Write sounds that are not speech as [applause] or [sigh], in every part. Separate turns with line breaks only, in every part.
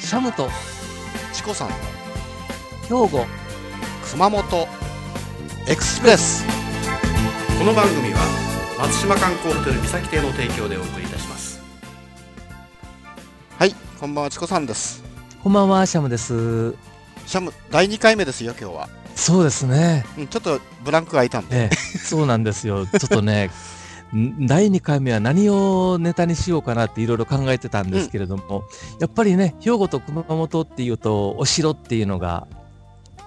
シャムと
チコさんの
兵庫
熊本エクスプレスこの番組は松島観光ホテル三崎邸の提供でお送りいたしますはいこんばんはチコさんです
こんばんはシャムです
シャム第2回目ですよ今日は、
そうですね
うん、ちょっとブランクが空いたんで、
え [laughs] えそうなんですよちょっとね [laughs] ん第2回目は何をネタにしようかなっていろいろ考えてたんですけれども、やっぱりね兵庫と熊本っていうとお城っていうのが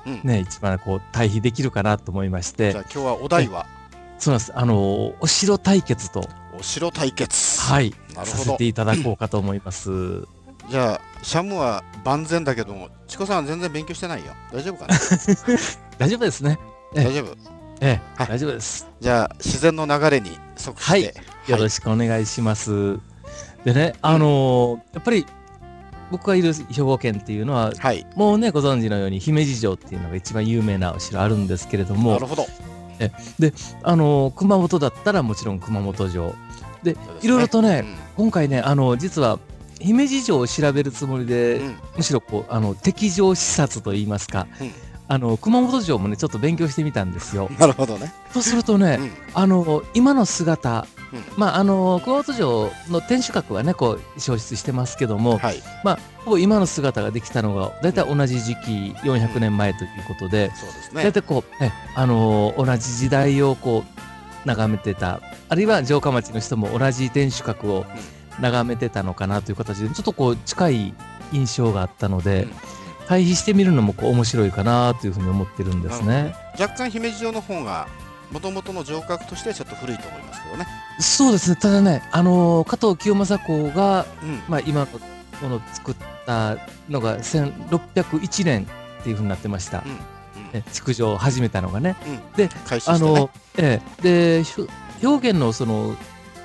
うん
ね一番こう対比できるかなと思いまし
じゃ
て
あ今日はお題は
そうなんですあのお城対決と
お城対決
はい
なる
さ
ほ
せ
ど
ていただこうかと思います。
じゃあシャムは万全だけどもチコさんは全然勉強してないよ大丈夫 [laughs] かな
大丈夫ですね。ええ
大丈夫
ええ、
はい
大丈夫です。
じゃあ自然の流れに即して、
はい
い
よろしくお願いします。でね、あのーやっぱり僕がいる兵庫県っていうのは、
はい、
もうね、ご存知のように姫路城っていうのが一番有名なお城あるんですけれど
な
も
る、ほど
あのー熊本だったらもちろん熊本城。で、いろいろとね、今回ね、あのー実は姫路城を調べるつもり
う
で、
んうん
むしろこう、あの、敵城視察といいますか、
うん
あの、熊本城もね、ちょっと勉強してみたんですよ。
[laughs] なるほどね、
とするとね、
うん
あの今の姿、
うん
まああの熊本城の天守閣はねこう消失してますけども、
はい
まあほぼ今の姿ができたのが大体同じ時期、400年前ということで、
そうです
大
ね
体こう、ね、あの同じ時代をこう眺めてたあるいは城下町の人も同じ天守閣を眺めてたのかなという形でちょっとこう近い印象があったので、
うん
対比してみるのもこう面白いかなというふうに思ってるんです
な
ね。
若干姫路城の方がもともとの城郭としてはちょっと古いと思いますけどね、
そうですね、ただね、あのー加藤清正公が、
うん
まあ、今のものを作ったのが1601年っていうふうになってました。
うん
ね築城を始めたのがね。
改修
あ
してね
の、ええ、で、ひょ表現のその、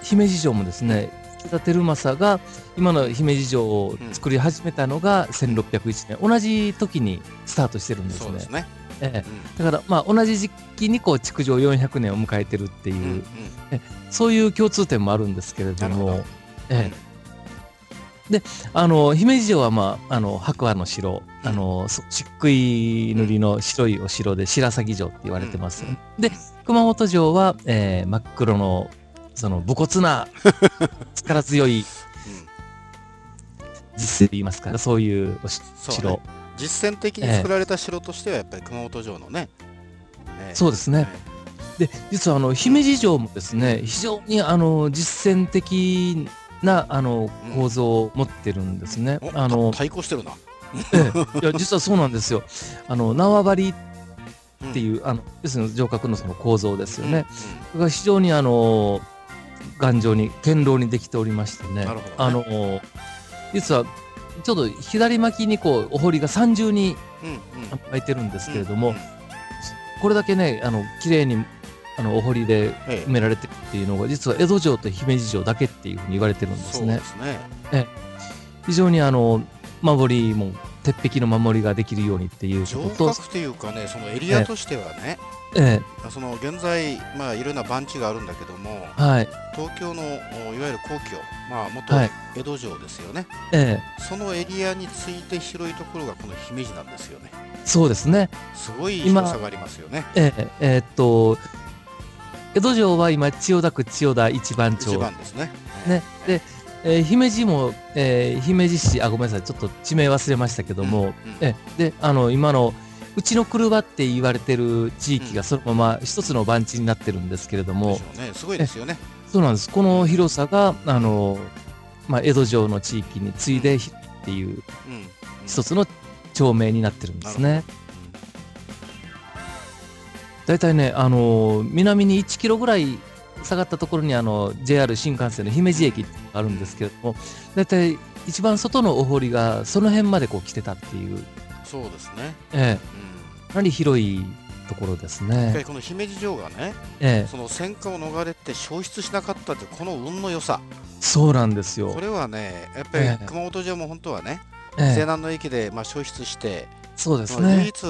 姫路城もですね、池田輝正が今の姫路城を作り始めたのが1601年、同じ時にスタートしてるんです
そう
ね。
ですね、
え
うん
え、だから、まあ、同じ時期にこう築城400年を迎えてるっていうう。
んうん
そういう共通点もあるんですけれど
なるほ
も
ど、
ええ、であの姫路城は、まあ、あの白亜の城、
うん
あのそ漆喰塗りの白いお城で白鷺城って言われてます、
うん
で熊本城は、えー真っ黒のその武骨
[laughs]
な力強い
うん
実と言いますかそういうおし
そう
城
ね実践的に作られた城としてはやっぱり熊本城のね、ね
そうですねで実はあの姫路城もですね非常にあの実践的なあの
うん
構造を持ってるんですね、
お
あの
た対抗してるな、
ええ、いや実はそうなんですよ。あの縄張りって
う
いう、あの要するに城郭のその構造ですよ
ん
ね。が非常にあの頑丈に堅牢にできておりましてね。
なるほどね
あの実はちょっと左巻きにこうお堀が三重に
うんうんうんうん
巻いてるんですけれども、
うんうん
これだけねあの綺麗にあのお堀で
ええ
埋められてるっていうのが実は江戸城と姫路城だけっていうふうに言われてるんです
そう
ね
で。すね
非常にあの守りも鉄壁の守りができるようにっていう
城
ことと
郭というかねそのエリアとしてはね、
え
その現在、まあ、いろんな番地があるんだけども
え、はい、
東京のおいわゆる皇居、まあ、元
はい
江戸城ですよね、
え
そのエリアについて広いところがこの姫路なんですよね
え、そうですね、
すごい
今
広さがありますよね
ええ、えーっと、江戸城は今、千代田区千代田一番町
一、番ですね
ね、で、えー姫路も、えー姫路市、あ、ごめんなさい、ちょっと地名忘れましたけども、
うん
ええで、あの、今の、うちの車って言われてる地域がそのまま一つの番地になってるんですけれど
で
も
しょ、うねすごいですよね
そうなんです。この広さが、あの、まあ、江戸城の地域に次いでひっていう
うん
一つの町名になってるんですね。大体ね、あのー南に1キロぐらい下がったところにあの JR 新幹線の姫路駅っていうのがあるんですけれども、大体一番外のお堀がその辺までこう来てたっていう、
そうですね、
ええ
うん、
かなり広いところです
一回
ね。
この姫路城がね
ええ、
その戦火を逃れて消失しなかったってこの運の良さ
そうなんです
こ
よ。
れはねやっ
え
ぱ
え
り熊本城も本当はね
え
西
え、
南の駅でまあ消失して
そうです
まあ唯
ね。
一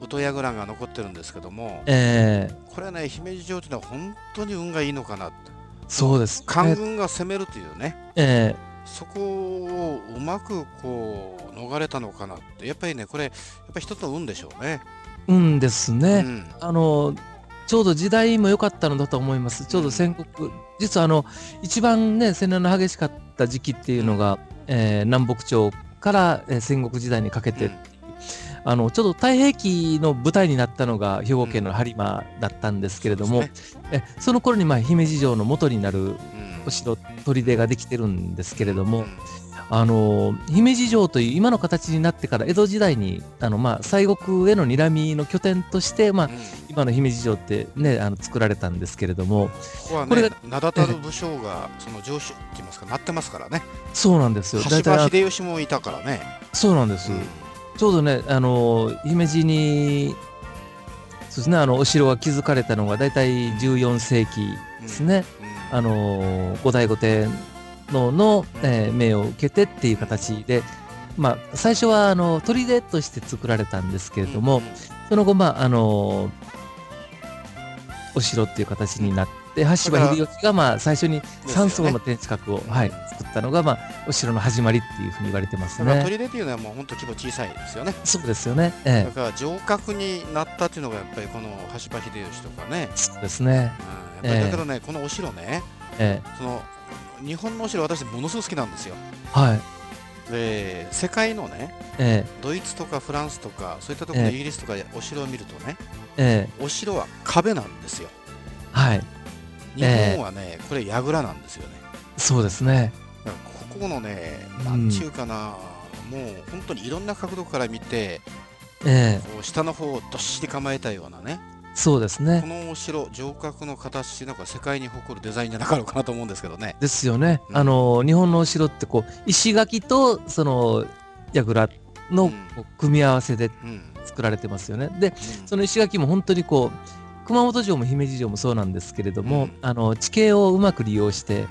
音櫓が残ってるんですけども
ええ、
これはね姫路城というのは本当に運がいいのかなって
そうです。
官軍が攻めるというね
ええ、
そこをうまくこう逃れたのかなってやっぱりねこれやっぱ一つの運でしょうね。
うんですね。
うん
あのちょうど時代も良かったのだと思います。ちょうど戦国、実はあの一番ね戦乱の激しかった時期っていうのが、えー南北朝から、えー戦国時代にかけて、
うん
あのちょうど太平記の舞台になったのが兵庫県の播磨だったんですけれども、
そうです
えその頃にまあ姫路城の元になる
ね
お城砦ができてるんですけれど
う
も、
ん
あの姫路城という今の形になってから江戸時代にあの、まあ、西国への睨みの拠点として、まあ、
うん
今の姫路城ってねあの作られたんですけれども
ここは
これ
ね
が
名だたる武将がその上司って言いますかなってますからね。
そうなんですよ
羽柴
あ
秀吉もいたからね。
そうなんです、ちょうどねあの姫路にそうですねあのお城が築かれたのが大体14世紀ですね、
うん
あの後醍醐天皇の、えー命を受けてっていう形で、まあ、最初はあの砦として作られたんですけれども、
うん
その後、まあ、あのお城っていう形になって、羽柴秀吉が、まあ、最初に三層の天守閣を、
ね
はい、作ったのが、まあ、お城の始まりっていうふうに言われてます
だから
ね。
砦っていうのはもう本当規模小さいですよね。
そうですよね。え
だ
え、
から城郭になったっていうのがやっぱりこの羽柴秀吉とかね。
そうですね。
うんやっぱ
え
り
え
だからね、このお城ね、
え
その日本のお城私ものすごく好きなんですよ。
え、はい、
で世界のね
え
ドイツとかフランスとかそういったとこ
え
ろの
え
イギリスとかお城を見るとね、
え、え
お城は壁なんですよ。
え、はい、
日
ええ
本はね、これ櫓なんですよね。
そうですね。
だからここのね、
うん
なんちゅうかな、もう本当にいろんな角度から見て、
え
こう下の方をどっしり構えたようなね、
え、そうです
こ
ね。
のお城、城郭の形なんか世界に誇るデザインじゃなかろうかなと思うんですけどね。
ですよね。
うん
あの日本のお城ってこう石垣とその櫓
う
の
ん
こう組み合わせで
うん、
作られてますよね。で、
うん
その石垣も本当にこう熊本城も姫路城もそうなんですけれども、
うん
あの地形をうまく利用して
うん、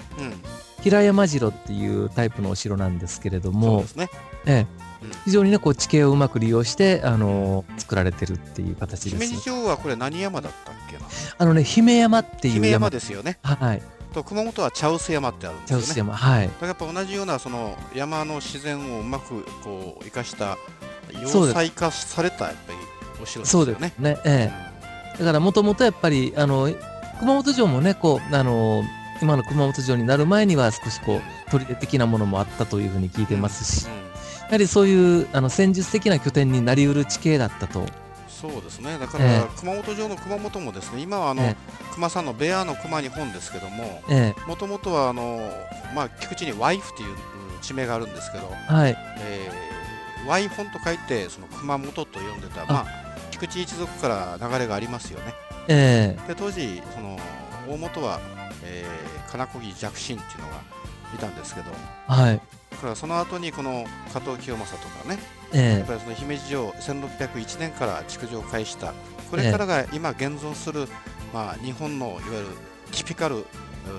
平山城っていうタイプのお城なんですけれど
そう
も
ですね。
ええ
うん
非常にねこう地形をうまく利用して、あの作られてるっていう形で
姫路
す
城はこれ何山だったっけな。
あのね姫山っていう
姫
山
山ですよね。
はい
と熊本は茶臼山ってあるんです
茶
よ
臼
ね。
山、はい
だからやっぱ同じようなその山の自然をうまくこう生かした
そうで
要
す
塞化されたやっぱりお城です
そ
よ
うです
ね。
ねええだからもともとやっぱりあの熊本城もねこうあの今の熊本城になる前には少しこう砦的なものもあったというふうに聞いてますし
う、ん
やはりそういうあの戦術的な拠点になりうる地形だったと。
そうですね、だから、
ええ
熊本城の熊本もですね今はあの、
ええ
熊さんのベアの熊に本ですけども、
ええ
もともとはあの、まあ、菊池にワイフといううん地名があるんですけど、
はい、
えー、ワイフォンと書いてその熊本と呼んでた、まあ、菊池一族から流れがありますよね。
ええ
で当時その大元は、えー、金子木寂心っていうのがいたんですけど
はい、
だからその後にこの加藤清正とかねや
え
っぱりその姫路城1601年から築城を開始したこれからが今現存する、まあ、日本のいわゆるティピカルう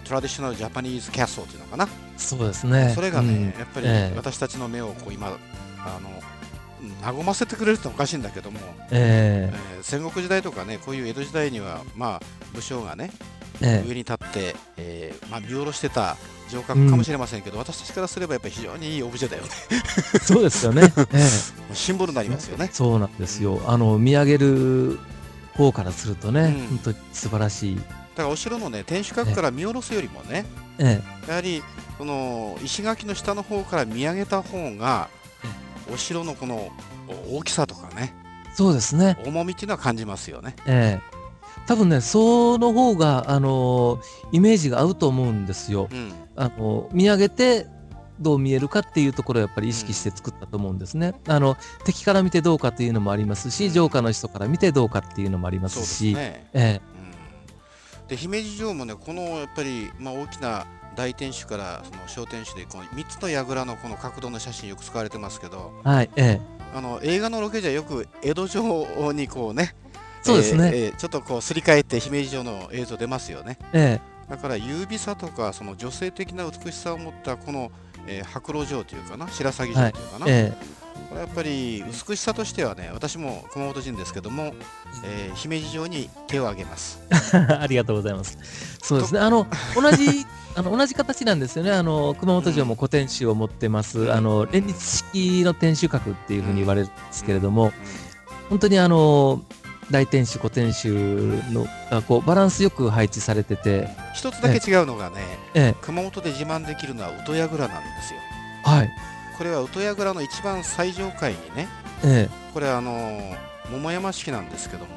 トラディショナルジャパニーズキャストっていうのかな、
えそうですね。
それがね、やっぱり
ええ
私たちの目をこう今あの和ませてくれるっておかしいんだけども、
うん、え
えー戦国時代とかねこういう江戸時代にはまあ武将がね
ええ
上に立って、えーまあ、見下ろしてた城郭かもしれませんけど、私たちからすればやっぱり非常にいいオブジェだよね
えそうですよ
[laughs]
ね。ええ
シンボルになりますよね。
そうなんですよ。あの見上げる方からするとね、
うん
本当に素晴らしい。
だからお城のね天守閣から見下ろすよりもね
え
やはりその石垣の下の方から見上げた方がお城のこのお大きさとかね
えそうですね。
重みっていうのは感じますよね。
ええ多分ね、その方があのイメージが合うと思うんですよ。
うん
あの見上げてどう見えるかっていうところをやっぱり意識して作ったと思うんですね。あの敵から見てどうかっていうのもありますし、城下の人から見てどうかっていうのもありま
そう
す
です
し、
ね
え
うんで姫路城もねこのやっぱり、まあ、大きな大天守からその小天守でこの3つの櫓のこの角度の写真よく使われてますけど
えはい、ええ
あの映画のロケじゃよく江戸城にこうね
そうですね
えーえーちょっとこうすり替えて姫路城の映像出ますよね
え
だから優美さとかその女性的な美しさを持ったこの、えー白露城というかな白鷺城というかな、
ええ
これはやっぱり美しさとしてはね私も熊本人ですけども、えー姫路城に手を挙げます
[laughs] ありがとうございます。そうですね。あ [laughs] の同じあの同じ形なんですよね。あの熊本城も古典集を持ってます。
うん
あの連立式の天守閣っていうふうに言われるんですけれども、本当にあの大天守古典集のがこうバランスよく配置されてて、
一つだけ違うのがね、
ええ、
熊本で自慢できるのは宇土櫓なんですよ
はい、
これは宇土櫓の一番最上階にね
え
これあのー桃山式なんですけども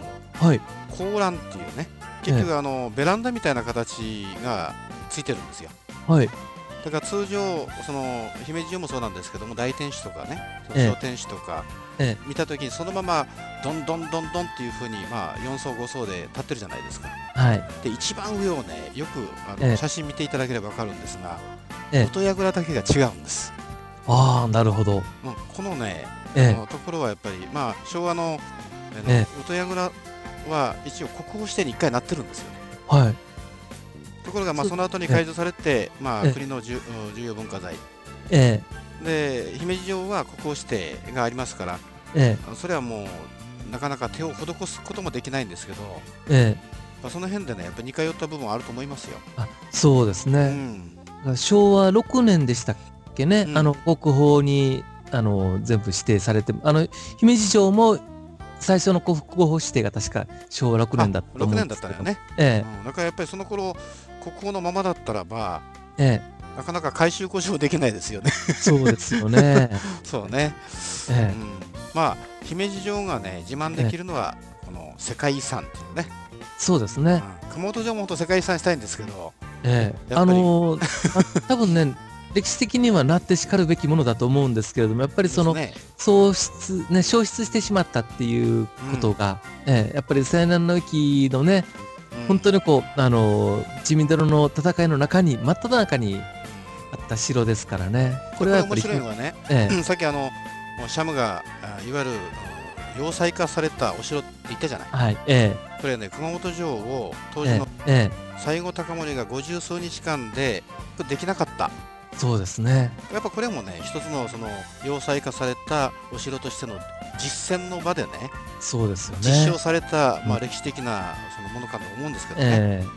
え、はい、
高欄っていうね結局あのベランダみたいな形がついてるんですよ
はい、
だから通常その姫路城もそうなんですけども大天守とかねその
ええ
小天守とか、
え
見た時にそのままどんどんどんどんっていう風にまあ4層5層で立ってるじゃないですか
はい、
で一番上をねよくあの、
ええ
写真見ていただければ分かるんですが
ええ
音櫓だけが違うんです、
ああなるほど、
うん、このね、あ
え
のところはやっぱりまあ昭和のあの、
え
音櫓は一応国宝指定に1回なってるんですよね
え、はい、
ところがまあ
そう
その後に改造されて、ま
え
あ、
え
国の重うん重要文化財
え
で姫路城は国宝指定がありますから
え、え
あのそれはもうなかなか手を施すこともできないんですけど、
え、ええ、
まあ、その辺でねやっぱり似通った部分はあると思いますよ。
あそうです
う
ね。
ん
昭和6年でしたっけね、
うん
あの国宝にあの全部指定されてあの姫路城も最初の国宝指定が確か昭和6年だったと
あ
思
6
うん
年
で
だっ
す
た
け
のよ
ど、
ね、
え
うん、だからやっぱりその頃国宝のままだったらば
ええ
なかなか改修工事もできないですよ
[laughs]
ね
え、そうですよ
[laughs]
ね。
そうね、う
ええ、
ん、まあ姫路城がね自慢できるのはこの世界遺産っていうね、
そうですね。
うん熊本城も本当世界遺産したいんですけど、
ええ、
やっぱり
あのーあ多分ね歴史的にはなってしかるべきものだと思うんですけれどもやっぱりその
ですね
喪失、ね、消失してしまったっていうことが、ええ、やっぱり青南の域のね
うん
本当にこうあの地味泥の戦いの中に真っ只中にあった城ですからねこ
こ
れ
れ
はやっぱ
は面
り
白いのはね
え
うんさっきあのシャムがあいわゆるあの要塞化されたお城って言ったじゃない
えはいえ
これね熊本城を当時
え
の
ええ
西郷隆盛が五十数日間でできなかった
えそうですね
やっぱこれもね一つのその要塞化されたお城としての実践の場でね
そうですよ
実
ね
証された、ま
う
あ、
ん
歴史的なそのものかと思うんですけどね、
ええ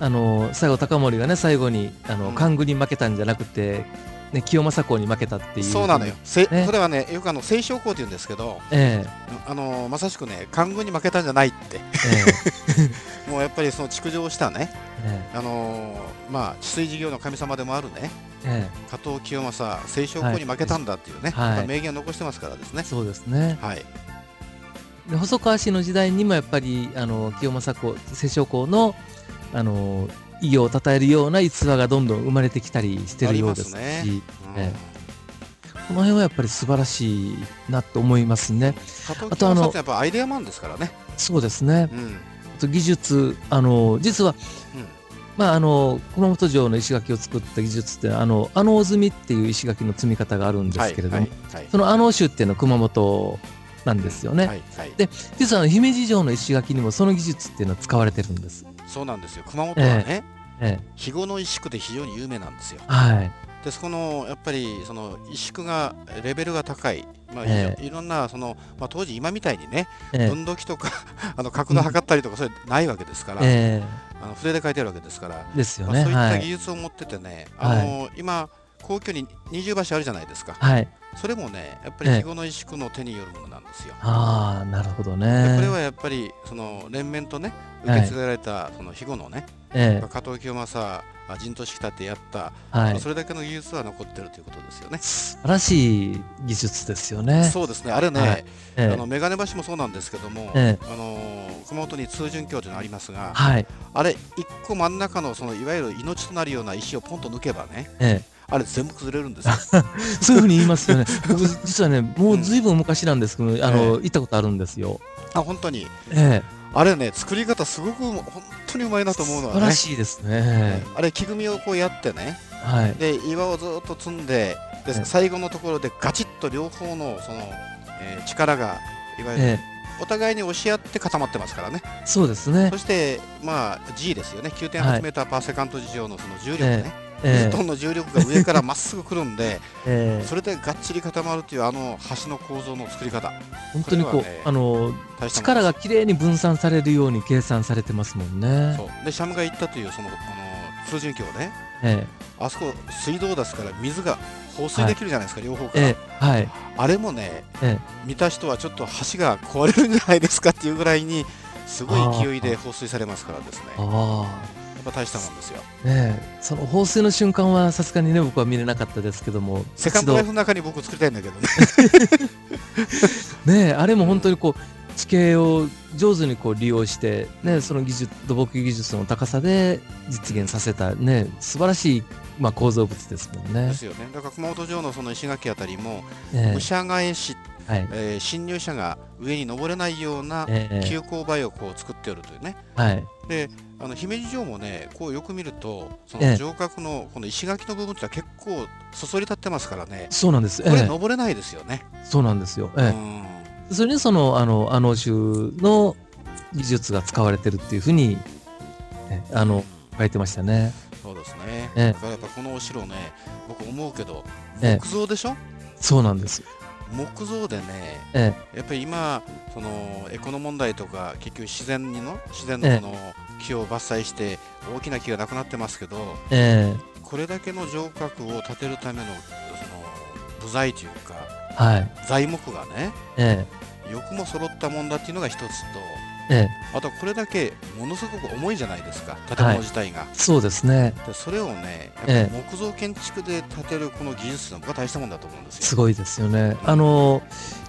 あの西郷隆盛がね最後にあの、
うん
官軍に負けたんじゃなくて、ね、清正公に負けたっていう
そうなのよ、せ
ね
それはねよくあの清少校っていうんですけど
ええ
あのまさしくね官軍に負けたんじゃないって [laughs]
ええ
もうやっぱりその築城したね
え
あのまあ治水事業の神様でもあるね
ええ
加藤清正清少校に負けたんだっていう
は
ね、
い
まあ名言を残してますからです
え
ね
そうですね
はい、
で細川氏の時代にもやっぱりあの清正公清少公のあの偉業を称えるような逸話がどんどん生まれてきたりしてるようですし
ありますうん
えこの辺はやっぱり素晴らしいなと思いますね。
加藤
あとあの
清正ってやっぱアイデアマンですからね
そうですね
う。ん、うん
あと技術、あの、実は、まあ、あの、熊本城の石垣を作った技術って、あの、あの積みっていう石垣の積み方があるんですけれども、
はいはいはい
そのあの州っていうのは熊本なんですよね。
はいはい
で実はあの姫路城の石垣にもその技術っていうのは使われてるんです。
そうなんですよ熊本はね、
ええ、
肥後の石区で非常に有名なんですよ
はい。
でそこのやっぱりその石区がレベルが高い、まあいろ
え
いろんなその、まあ、当時今みたいにね
ええ
分度器とか [laughs] あの角度測ったりとかそれないわけですから、
え
あの筆で書いてあるわけですから、
えですよ
まあ、
ね。
そういっ
は
た技
い。
術を持っててね、
はい
あの今皇居に二重橋あるじゃないですか、
はい。
それもねやっぱり
ええ
肥後の石区の手によるものなんですよ。
ああ、なるほど
で
ね。
これはやっぱりその連綿とね
はい
受け継がれたその肥後のね、
ええ
加藤清正あ陣頭指揮立てやった、
はい。
それだけの技術は残ってるということですよね。
素晴らしい技術ですよね。
そうですねあれね、
はいえ
あ
え
のメガネ橋もそうなんですけども、
ええ
あのー熊本に通潤橋というのがありますが、
はい。
あれ一個真ん中のそのいわゆる命となるような石をポンと抜けばね
ええ、
あれ全部崩れるんですよ。
そういうふうに言いますよね。 [laughs] 僕、実はね、もうずいぶん昔なんですけど、あの、行ったこと [laughs] あるんですよ。
あ本当に
ええ、
あれね作り方すごく本当にうまいなと思うの
素
は
晴
ね
ら。しいですね。
あれ木組みをこうやってね
はい。
で岩をずっと積んでで
ええ
最後のところでガチッと両方のその、えー力がいわゆる
ええ、
お互いに押し合って固まってますからね
そうですね
そ。して、まあ、G ですよね、9.8メーターパーセカンド以上のその重力ね、
ええ
どんどん重力が上からまっすぐ来るんで、
[laughs] ええ
それでがっちり固まるというあの橋の構造の作り方、
本当にこう、
これはね
あの
大したも
力
の
がきれいに分散されるように計算されてますもんね。
そうでシャムが言ったというそのあの通信橋ね、
え
あそこ水道ですから水が放水できるじゃないですか、両方
え
から、
ええはい、
あれもね、
え
見た人はちょっと橋が壊れるんじゃないですかっていうぐらいに、すごい勢いで放水されますからですね、やっ
あ
ぱ大したもんですよ。
あ、ねえ、その放水の瞬間はさすがにね、僕は見れなかったですけども、
セカンドライフの中に僕作りたいんだけどね。
ねえあれも本当にこう地形を上手にこう利用して、ね、その技術土木技術の高さで実現させた、ね、素晴らしい、まあ、構造物ですもんね
で。すよね。だから熊本城のその石垣あたりも、
え
武者返し、
えはい
えー侵入者が上に登れないような
ええ
急勾配をこう作っておるというね。
はい
で、あの姫路城もね、こうよく見ると、そ
え
の
え
城郭のこの石垣の部分ってのは結構そそり立ってますからね。
そうなんです、
こ
え
れ
え
登れないですよね。
そうなんですよ、え
う
え
ん。
それにそのあのアノー州の技術が使われてるっていうふうに、ねあの書いてましたね。
そうですね。
ええ
だからやっぱこのお城ね、僕思うけど、
ええ
木造でしょ、
そうなんです。
木造でね、
え
やっぱり今そのエコの問題とか結局自然にの自然の
ええ
この木を伐採して大きな木がなくなってますけど
ええ
これだけの城郭を建てるためのその部材というか
えはい。
材木がね
え
よくも揃ったもんだっていうのが一つと
えええ
あとこれだけものすごく重いじゃないですか建物自体が、
そうですね。
でそれをねや
え
っぱ木造建築で建てるこの技術の僕は大したもんだと思うんです
す
よ
ごいですよね。あの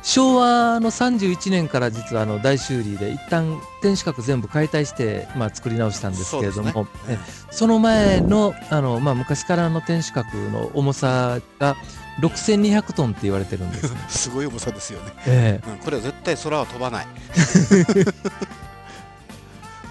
昭和の31年から実はあの大修理で一旦天守閣全部解体して、まあ、作り直したんですけれども
そう
そ,、
ですね
の前のあの、まあ、昔からの天守閣の重さが6200トンって言われてるん
[laughs]
です。
すごい重さですよね
え
うん、これは絶対空は飛ば
[laughs]
ない。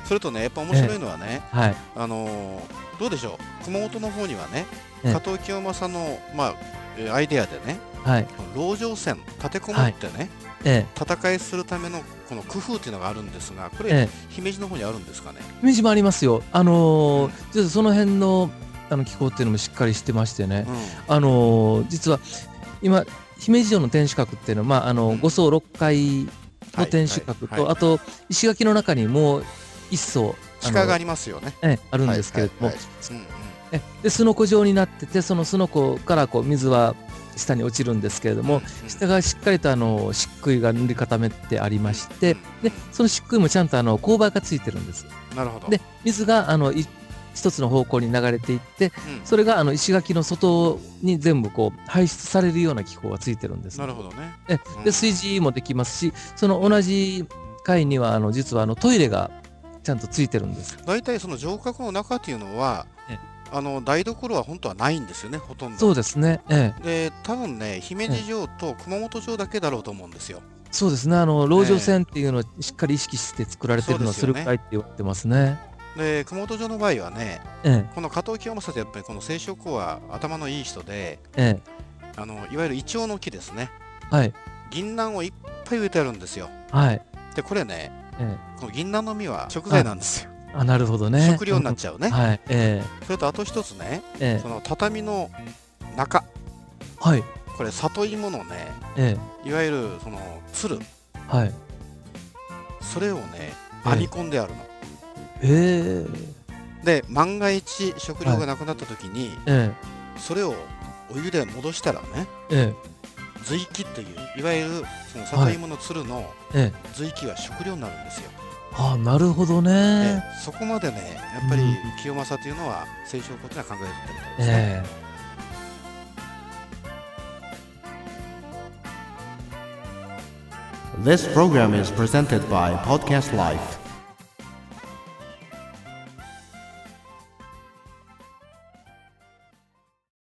それとね、やっぱ面白いのはね、
えはい、
あのーどうでしょう、熊本の方にはね、
ええ
加藤清正の、まあえー、アイデアでね、
はい、
籠城戦、立てこもってね、
ええ
戦いするためのこの工夫っていうのがあるんですが、これ、
ええ
姫路の方にあるんですかね。
姫路もありますよ。あのー実はその辺のあの気候っていうのもしっかりしてましてね
う、ん
あのー実は今姫路城の天守閣っていうのは、まあ、あ
う
の
ん
5層6階
は
の
い
天守閣と、
はいはい
あと石垣の中にもう1層あの
鹿がありますよね。
ええあるんですけれども、
はいはいはいうんうん
えですのこ状になっててそのすのこからこう水は下に落ちるんですけれども、
んん
下がしっかりとあの漆喰が塗り固めてありまして、
うん
でその漆喰もちゃんとあの勾配がついてるんです。
なるほど。
で水があのい一つの方向に流れていって
うん
それがあの石垣の外に全部こう排出されるような機構がついてるんです。
なるほどね。
え
うん
で炊事もできますしその同じ階にはあの実はあのトイレがちゃんとついてるんです。
大体その城郭の中というのは
ええ、
あの台所は本当はないんですよね、ほとんど。
そうですね。ええ、
で多分ね姫路城と熊本城だけだろうと思うんですよ。
そうですね。あの籠城線っていうのをしっかり意識して作られてるのは
そ
そう
で
れ
すよね
くらいって言われてますね。
で熊本城の場合はね
え
この加藤清正ってやっぱりこの清少公は頭のいい人で
え、え
あのいわゆるイチョウの木ですね
え、はい、
銀杏をいっぱい植えてあるんですよ。
はい、
でこれね
え
この銀杏の実は食材なんですよ。
え、あなるほどね。
食料になっちゃう
う
ね。
んはい、え
それとあと一つね
え、ええ
そ、の畳の中
はい、
これ里芋のね
え
いわゆるそのつる
え、はい、
それをね
ええ
編み込んであるの。
ええ、
で万が一食料がなくなった時に、
え
それをお湯で戻したらね
え、え
随気といういわゆるその里芋のつるの
え、ええ、
随気は食料になるんですよ、
あ、なるほど
で
ね。
そこまでねやっぱり
うん
清正というのは清少公というのは考えてるみたいですね、
ええ。
This program is presented by Podcast Life.